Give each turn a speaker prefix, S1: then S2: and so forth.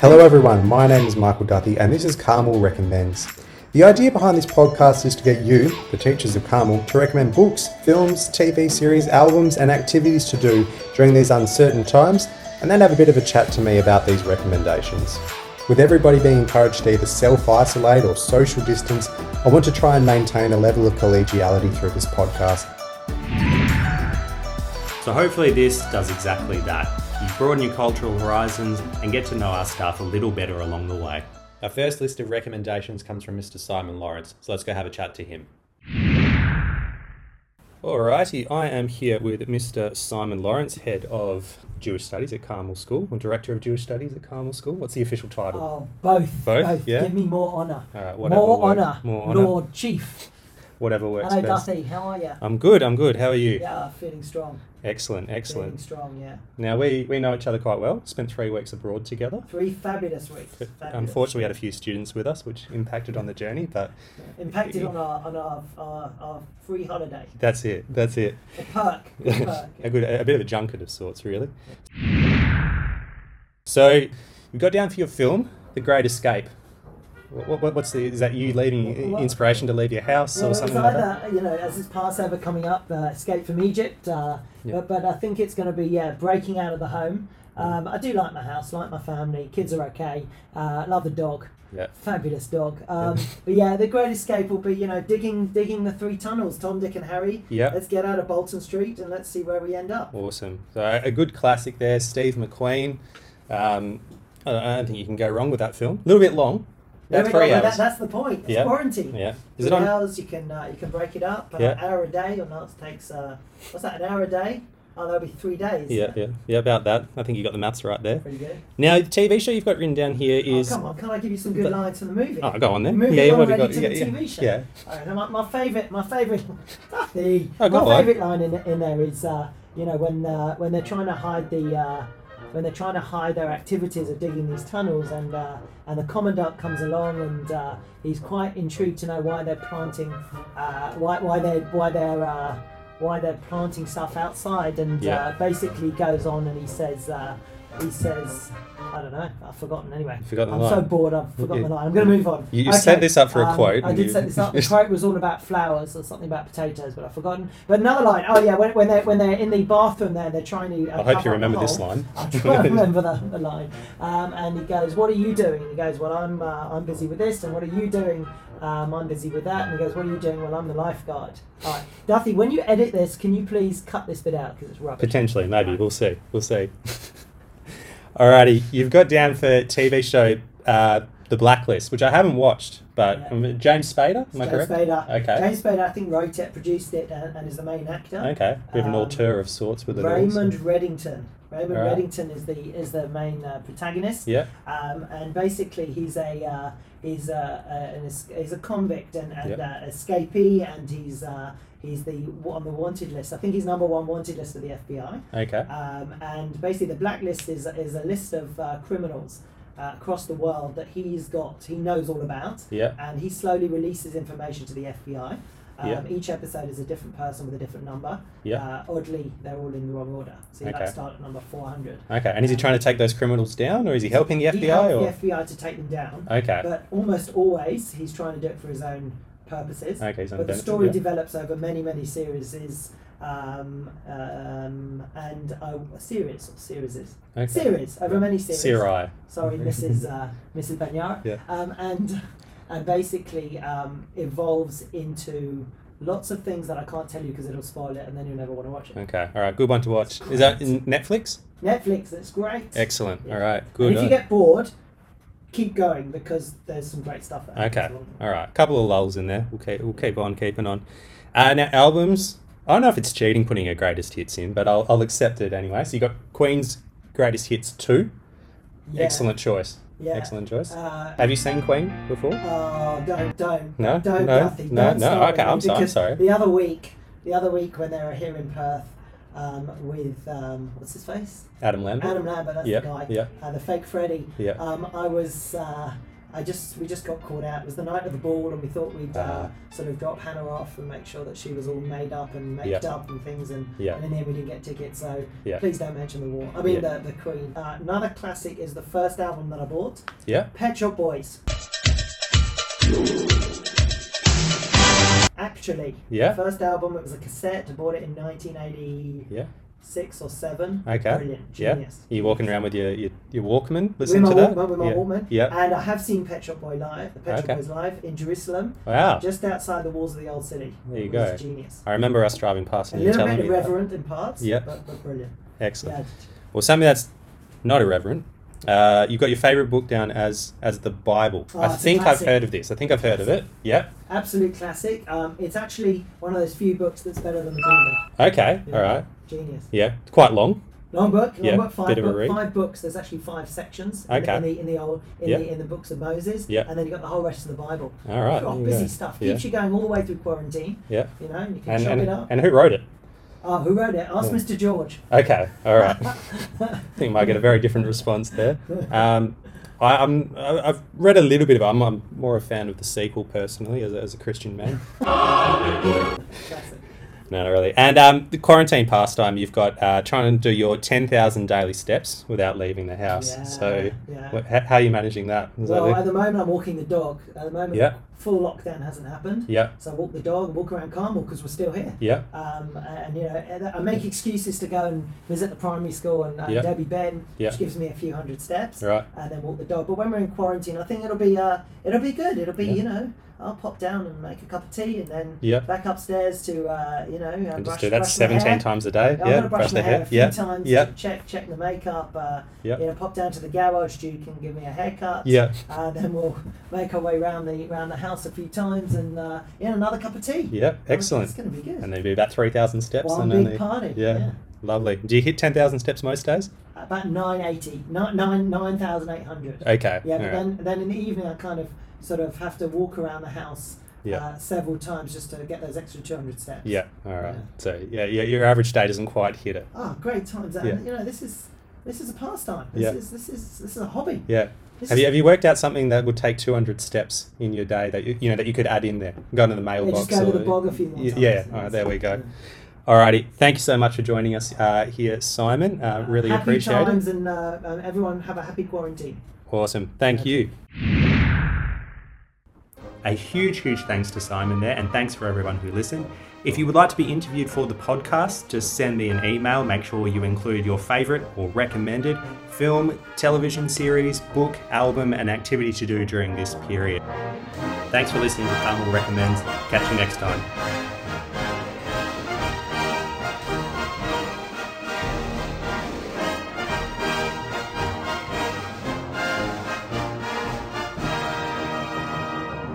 S1: Hello, everyone. My name is Michael Duthie, and this is Carmel Recommends. The idea behind this podcast is to get you, the teachers of Carmel, to recommend books, films, TV series, albums, and activities to do during these uncertain times, and then have a bit of a chat to me about these recommendations. With everybody being encouraged to either self isolate or social distance, I want to try and maintain a level of collegiality through this podcast.
S2: So hopefully this does exactly that. You broaden your cultural horizons and get to know our staff a little better along the way. Our first list of recommendations comes from Mr. Simon Lawrence, so let's go have a chat to him. Alrighty, I am here with Mr. Simon Lawrence, head of Jewish Studies at Carmel School, or director of Jewish Studies at Carmel School. What's the official title?
S3: Oh, both.
S2: Both? Yeah.
S3: Give me more honour.
S2: All right, whatever
S3: more
S2: works.
S3: honour.
S2: More honour.
S3: Lord Chief.
S2: Whatever works
S3: Hello,
S2: best.
S3: Dusty. How are you?
S2: I'm good. I'm good. How are you?
S3: Yeah, feeling strong.
S2: Excellent.
S3: Feeling
S2: Excellent.
S3: strong, yeah.
S2: Now we we know each other quite well. Spent three weeks abroad together.
S3: Three fabulous weeks. Fabulous.
S2: Unfortunately, we had a few students with us, which impacted on the journey, but
S3: Impacted on our on our, our, our free holiday.
S2: that's it. That's it.
S3: A perk. A perk.
S2: a, good, a bit of a junket of sorts, really. So, you got down for your film, The Great Escape. What, what, what's the, is that you leaving
S3: Well,
S2: inspiration to leave your house
S3: Well,
S2: or
S3: it's
S2: something like that?
S3: either, you know, as this Passover coming up, uh, Escape from Egypt, uh,
S2: Yeah. Mm.
S3: but, but I think it's going to be, yeah, breaking out of the home. Um, I do like my house, like my family, kids are okay, uh, love the dog.
S2: Yeah.
S3: Fabulous dog. Um,
S2: Yeah.
S3: but yeah, the great escape will be, you know, digging digging the three tunnels, Tom, Dick, and Harry.
S2: Yeah.
S3: Let's get out of Bolton Street and let's see where we end up.
S2: Awesome. So, a good classic there, Steve McQueen. Um, I don't- I don't think you can go wrong with that film. A little bit long.
S3: There
S2: About
S3: we go,
S2: three
S3: but
S2: hours.
S3: That, that's the point. It's
S2: Yeah.
S3: quarantine.
S2: yeah. Is
S3: Three
S2: it on?
S3: hours, you can uh, you can break it up. Uh,
S2: Yeah.
S3: hour a day, or no, it takes uh, what's that? An hour a day? Oh, that'll be three days.
S2: Yeah, yeah, yeah. About that, I think you got the maths right there.
S3: Pretty good.
S2: Now, the TV show you've got written down here
S3: Oh,
S2: is.
S3: come on, can I give you some good
S2: But-
S3: lines from the movie?
S2: Oh, go on then.
S3: Moving
S2: yeah, yeah,
S3: on
S2: what have you
S3: already
S2: got?
S3: to
S2: yeah,
S3: the
S2: yeah,
S3: TV show.
S2: yeah.
S3: All right, now my, my favorite, my favorite, the,
S2: Oh, go
S3: my
S2: on.
S3: favorite line in, in there is, uh, you know, when uh, when they're trying to hide the, uh, when they're trying to hide their activities of digging these tunnels, and uh, and the commandant comes along and uh, he's quite intrigued to know why they're planting, uh, why why they why they're uh, why they're planting stuff outside, and
S2: Yeah.
S3: uh, basically goes on and he says. Uh, he says, I don't know, I've forgotten anyway.
S2: You've forgotten
S3: I'm
S2: the
S3: so
S2: line.
S3: bored, I've forgotten
S2: Yeah.
S3: the line. I'm going to move on. um,
S2: You- you set this up for a quote,
S3: I
S2: and
S3: did
S2: you-
S3: set this up. The quote was all about flowers or something about potatoes, but I've forgotten. But another line, oh yeah, when, when, they're, when they're in the bathroom there, they're trying to. Uh,
S2: I hope
S3: cover
S2: you
S3: up
S2: remember
S3: the
S2: this
S3: hole.
S2: line.
S3: I'm trying to remember that the line. Um, and he goes, What are you doing? And he goes, Well, I'm, uh, I'm busy with this, and what are you doing? Um, I'm busy with that. And he goes, What are you doing? Well, I'm the lifeguard. All right, Duffy, when you edit this, can you please cut this bit out because it's rubbish?
S2: Potentially, maybe. We'll see. We'll see. Alrighty, you've got down for TV show uh, The Blacklist, which I haven't watched, but
S3: Yeah.
S2: um, James Spader, am I
S3: James
S2: correct? Uh,
S3: Spader.
S2: Okay.
S3: James Spader, I think, wrote it, produced it, uh, and, and is the main actor.
S2: Okay, we have an
S3: Um,
S2: auteur of sorts with it.
S3: Raymond
S2: also.
S3: Reddington. Raymond
S2: Alright.
S3: Reddington is the is the main uh, protagonist.
S2: Yeah.
S3: Um, and basically, he's a uh, he's a, a an es- he's a convict and, and
S2: Yep.
S3: uh, escapee, and he's uh, he's the on the wanted list. I think he's number one wanted list of the FBI.
S2: Okay.
S3: Um, and basically, the blacklist is is a list of uh, criminals uh, across the world that he's got. He knows all about
S2: Yeah.
S3: and he slowly releases information to the FBI. Um,
S2: Yeah.
S3: Each episode is a different person with a different number.
S2: Yeah.
S3: Uh, oddly, they're all in the wrong order. So you
S2: Okay.
S3: like start at number 400.
S2: Okay. And is he trying to take those criminals down, or is he helping the FBI?
S3: he helped
S2: or
S3: the FBI to take them down,
S2: okay.
S3: but almost always he's trying to do it for his own purposes.
S2: Okay, he's on
S3: but the
S2: benefit,
S3: story
S2: yeah.
S3: develops over many, many series. Is um, um, and I, series or series is
S2: Okay.
S3: series over many series.
S2: Siri.
S3: Sorry, Mrs. Uh, Mrs. Benyar.
S2: Yeah.
S3: Um, and and basically um, evolves into lots of things that I can't tell you because it'll spoil it, and then you'll never want to watch it.
S2: Okay. All right. Good one to watch. Is that in Netflix?
S3: Netflix, it's great.
S2: Excellent.
S3: Yeah.
S2: All right.
S3: And
S2: Good.
S3: if you get bored, keep going because there's some great stuff. There.
S2: Okay.
S3: That's all.
S2: All right. couple of lulls in there. We'll keep, we'll keep on keeping on. Uh, now, albums. I don't know if it's cheating putting a greatest hits in, but I'll, I'll accept it anyway. So you got Queen's Greatest Hits 2.
S3: Yeah.
S2: Excellent choice.
S3: Yeah.
S2: Excellent choice.
S3: Uh,
S2: Have you seen Queen before?
S3: Oh, don't, don't,
S2: No,
S3: don't,
S2: no,
S3: Duffy,
S2: no,
S3: don't
S2: no,
S3: start
S2: okay,
S3: with me,
S2: I'm so- I'm
S3: because
S2: sorry.
S3: The other week, the other week when they were here in Perth, um, with um, what's his face,
S2: Adam Lambert?
S3: Adam Lambert, that's
S2: Yep,
S3: the guy,
S2: yep.
S3: uh, the fake Freddy.
S2: Yep.
S3: Um, I was, uh, I just we just got caught out. It was the night of the ball, and we thought we'd uh,
S2: Ah.
S3: sort of drop Hannah off and make sure that she was all made up and made
S2: Yeah.
S3: up and things. And,
S2: Yeah.
S3: and in the end, we didn't get tickets. So
S2: Yeah.
S3: please don't mention the war. I mean,
S2: Yeah.
S3: the, the Queen. Uh, another classic is the first album that I bought,
S2: Yeah.
S3: Pet Shop Boys. Actually,
S2: Yeah.
S3: the first album. It was a cassette. I bought it in 1986
S2: Yeah.
S3: or seven.
S2: Okay.
S3: Brilliant.
S2: Yeah.
S3: Genius.
S2: You walking around with your your, your Walkman?
S3: With
S2: Listen
S3: my,
S2: to that.
S3: Walkman, with my
S2: yeah.
S3: Walkman. Uh,
S2: Yeah.
S3: And I have seen Pet Shop Boy live, the Pet
S2: Okay.
S3: Shop Boys live in Jerusalem,
S2: Wow.
S3: just outside the walls of the old city.
S2: There you
S3: It was
S2: go.
S3: Genius.
S2: I remember us driving past
S3: A
S2: and you
S3: little
S2: telling
S3: bit
S2: me. that.
S3: irreverent in parts,
S2: Yeah.
S3: but, but brilliant.
S2: Excellent.
S3: Yeah.
S2: Well, something that's not irreverent. Uh, you've got your favorite book down as as the Bible.
S3: Oh,
S2: I
S3: it's a
S2: think I've
S3: classic.
S2: heard of this. I think I've heard of it. Yeah.
S3: Absolute classic. Um, it's actually one of those few books that's better than the Bible.
S2: Okay.
S3: Yeah.
S2: All right.
S3: Genius.
S2: Yeah. Quite long.
S3: Long book. Long
S2: Yeah,
S3: book. Five,
S2: bit of a
S3: book-
S2: read.
S3: five books. There's actually five sections. in-
S2: Okay.
S3: In the in the old in,
S2: Yeah.
S3: the, in the books of Moses.
S2: Yeah.
S3: And then you've got the whole rest of the Bible.
S2: All right.
S3: Oh,
S2: there you
S3: busy
S2: go.
S3: stuff.
S2: Yeah.
S3: Keeps you going all the way through quarantine.
S2: Yeah.
S3: You know, and you can
S2: And
S3: chop
S2: and,
S3: it up.
S2: and who wrote it?
S3: oh, who wrote it? Ask
S2: Yeah.
S3: Mr. George.
S2: Okay. All right. I think you might get a very different response there. Um, I, I'm, I- I've read a little bit of it. I'm, I'm more a fan of the sequel personally, as a, as a Christian man.
S3: Classic.
S2: No, not really. And um, the quarantine pastime, you've got uh, trying to do your 10,000 daily steps without leaving the house.
S3: Yeah,
S2: so,
S3: yeah.
S2: what, how, how are you managing that? Is that
S3: Well,
S2: it?
S3: at the moment I'm walking the dog. At the moment,
S2: Yeah.
S3: full lockdown hasn't happened.
S2: yeah,
S3: So I walk the dog, walk around Carmel because we're still here.
S2: yeah,
S3: Um, and you know, and I make excuses to go and visit the primary school, and uh,
S2: Yeah.
S3: Debbie Ben,
S2: Yeah.
S3: which gives me a few hundred steps,
S2: Right.
S3: and then uh, walk the dog. But when we're in quarantine, I think it'll be uh, it'll be good. It'll be
S2: Yeah.
S3: you know, I'll pop down and make a cup of tea, and then
S2: Yeah.
S3: back upstairs to uh, you know, uh,
S2: and
S3: brush,
S2: just do that
S3: brush my
S2: 17
S3: hair.
S2: times a day.
S3: I'm
S2: yeah,
S3: gonna brush, my
S2: the
S3: hair, a few
S2: Yeah,
S3: times.
S2: yeah,
S3: Check check the makeup. Uh,
S2: Yeah.
S3: You know, pop down to the garage. You can give me a haircut.
S2: yeah.
S3: Uh, then we'll make our way round the round the house a few times, and uh, yeah, another cup of tea.
S2: Yeah,
S3: It's
S2: excellent.
S3: gonna be Oh, good.
S2: And they do about 3,000 steps.
S3: One
S2: and
S3: big
S2: only-
S3: party.
S2: Yeah,
S3: yeah.
S2: lovely. Do you hit 10,000 steps most days?
S3: About 980, ni- nine- 9,800.
S2: Okay.
S3: yeah, but
S2: all right.
S3: then, then in the evening, I kind of sort of have to walk around the house
S2: Yeah.
S3: uh, several times just to get those extra 200 steps.
S2: Yeah. All right.
S3: Yeah.
S2: So yeah, yeah, your average day doesn't quite hit it.
S3: Oh, great times.
S2: Yeah.
S3: And, you know, this is. This is a pastime. This
S2: Yeah.
S3: is this is this is a hobby.
S2: Yeah.
S3: This
S2: Have
S3: is-
S2: you have you worked out something that would take two hundred steps in your day that you you know that you could add in there? Go into the
S3: Yeah,
S2: mailbox.
S3: just go to
S2: or-
S3: the blog a few more
S2: Y-
S3: times.
S2: Yeah. All right. There we go. Alrighty. Thank you so much for joining us uh, here, Simon. Uh, really
S3: happy
S2: appreciate
S3: times
S2: it.
S3: and uh, um, everyone have a happy quarantine.
S2: Awesome. Thank
S3: Okay.
S2: you. A huge, huge thanks to Simon there, and thanks for everyone who listened. If you would like to be interviewed for the podcast, just send me an email. Make sure you include your favourite or recommended film, television series, book, album, and activity to do during this period. Thanks for listening to Carmel Recommends. Catch you next time.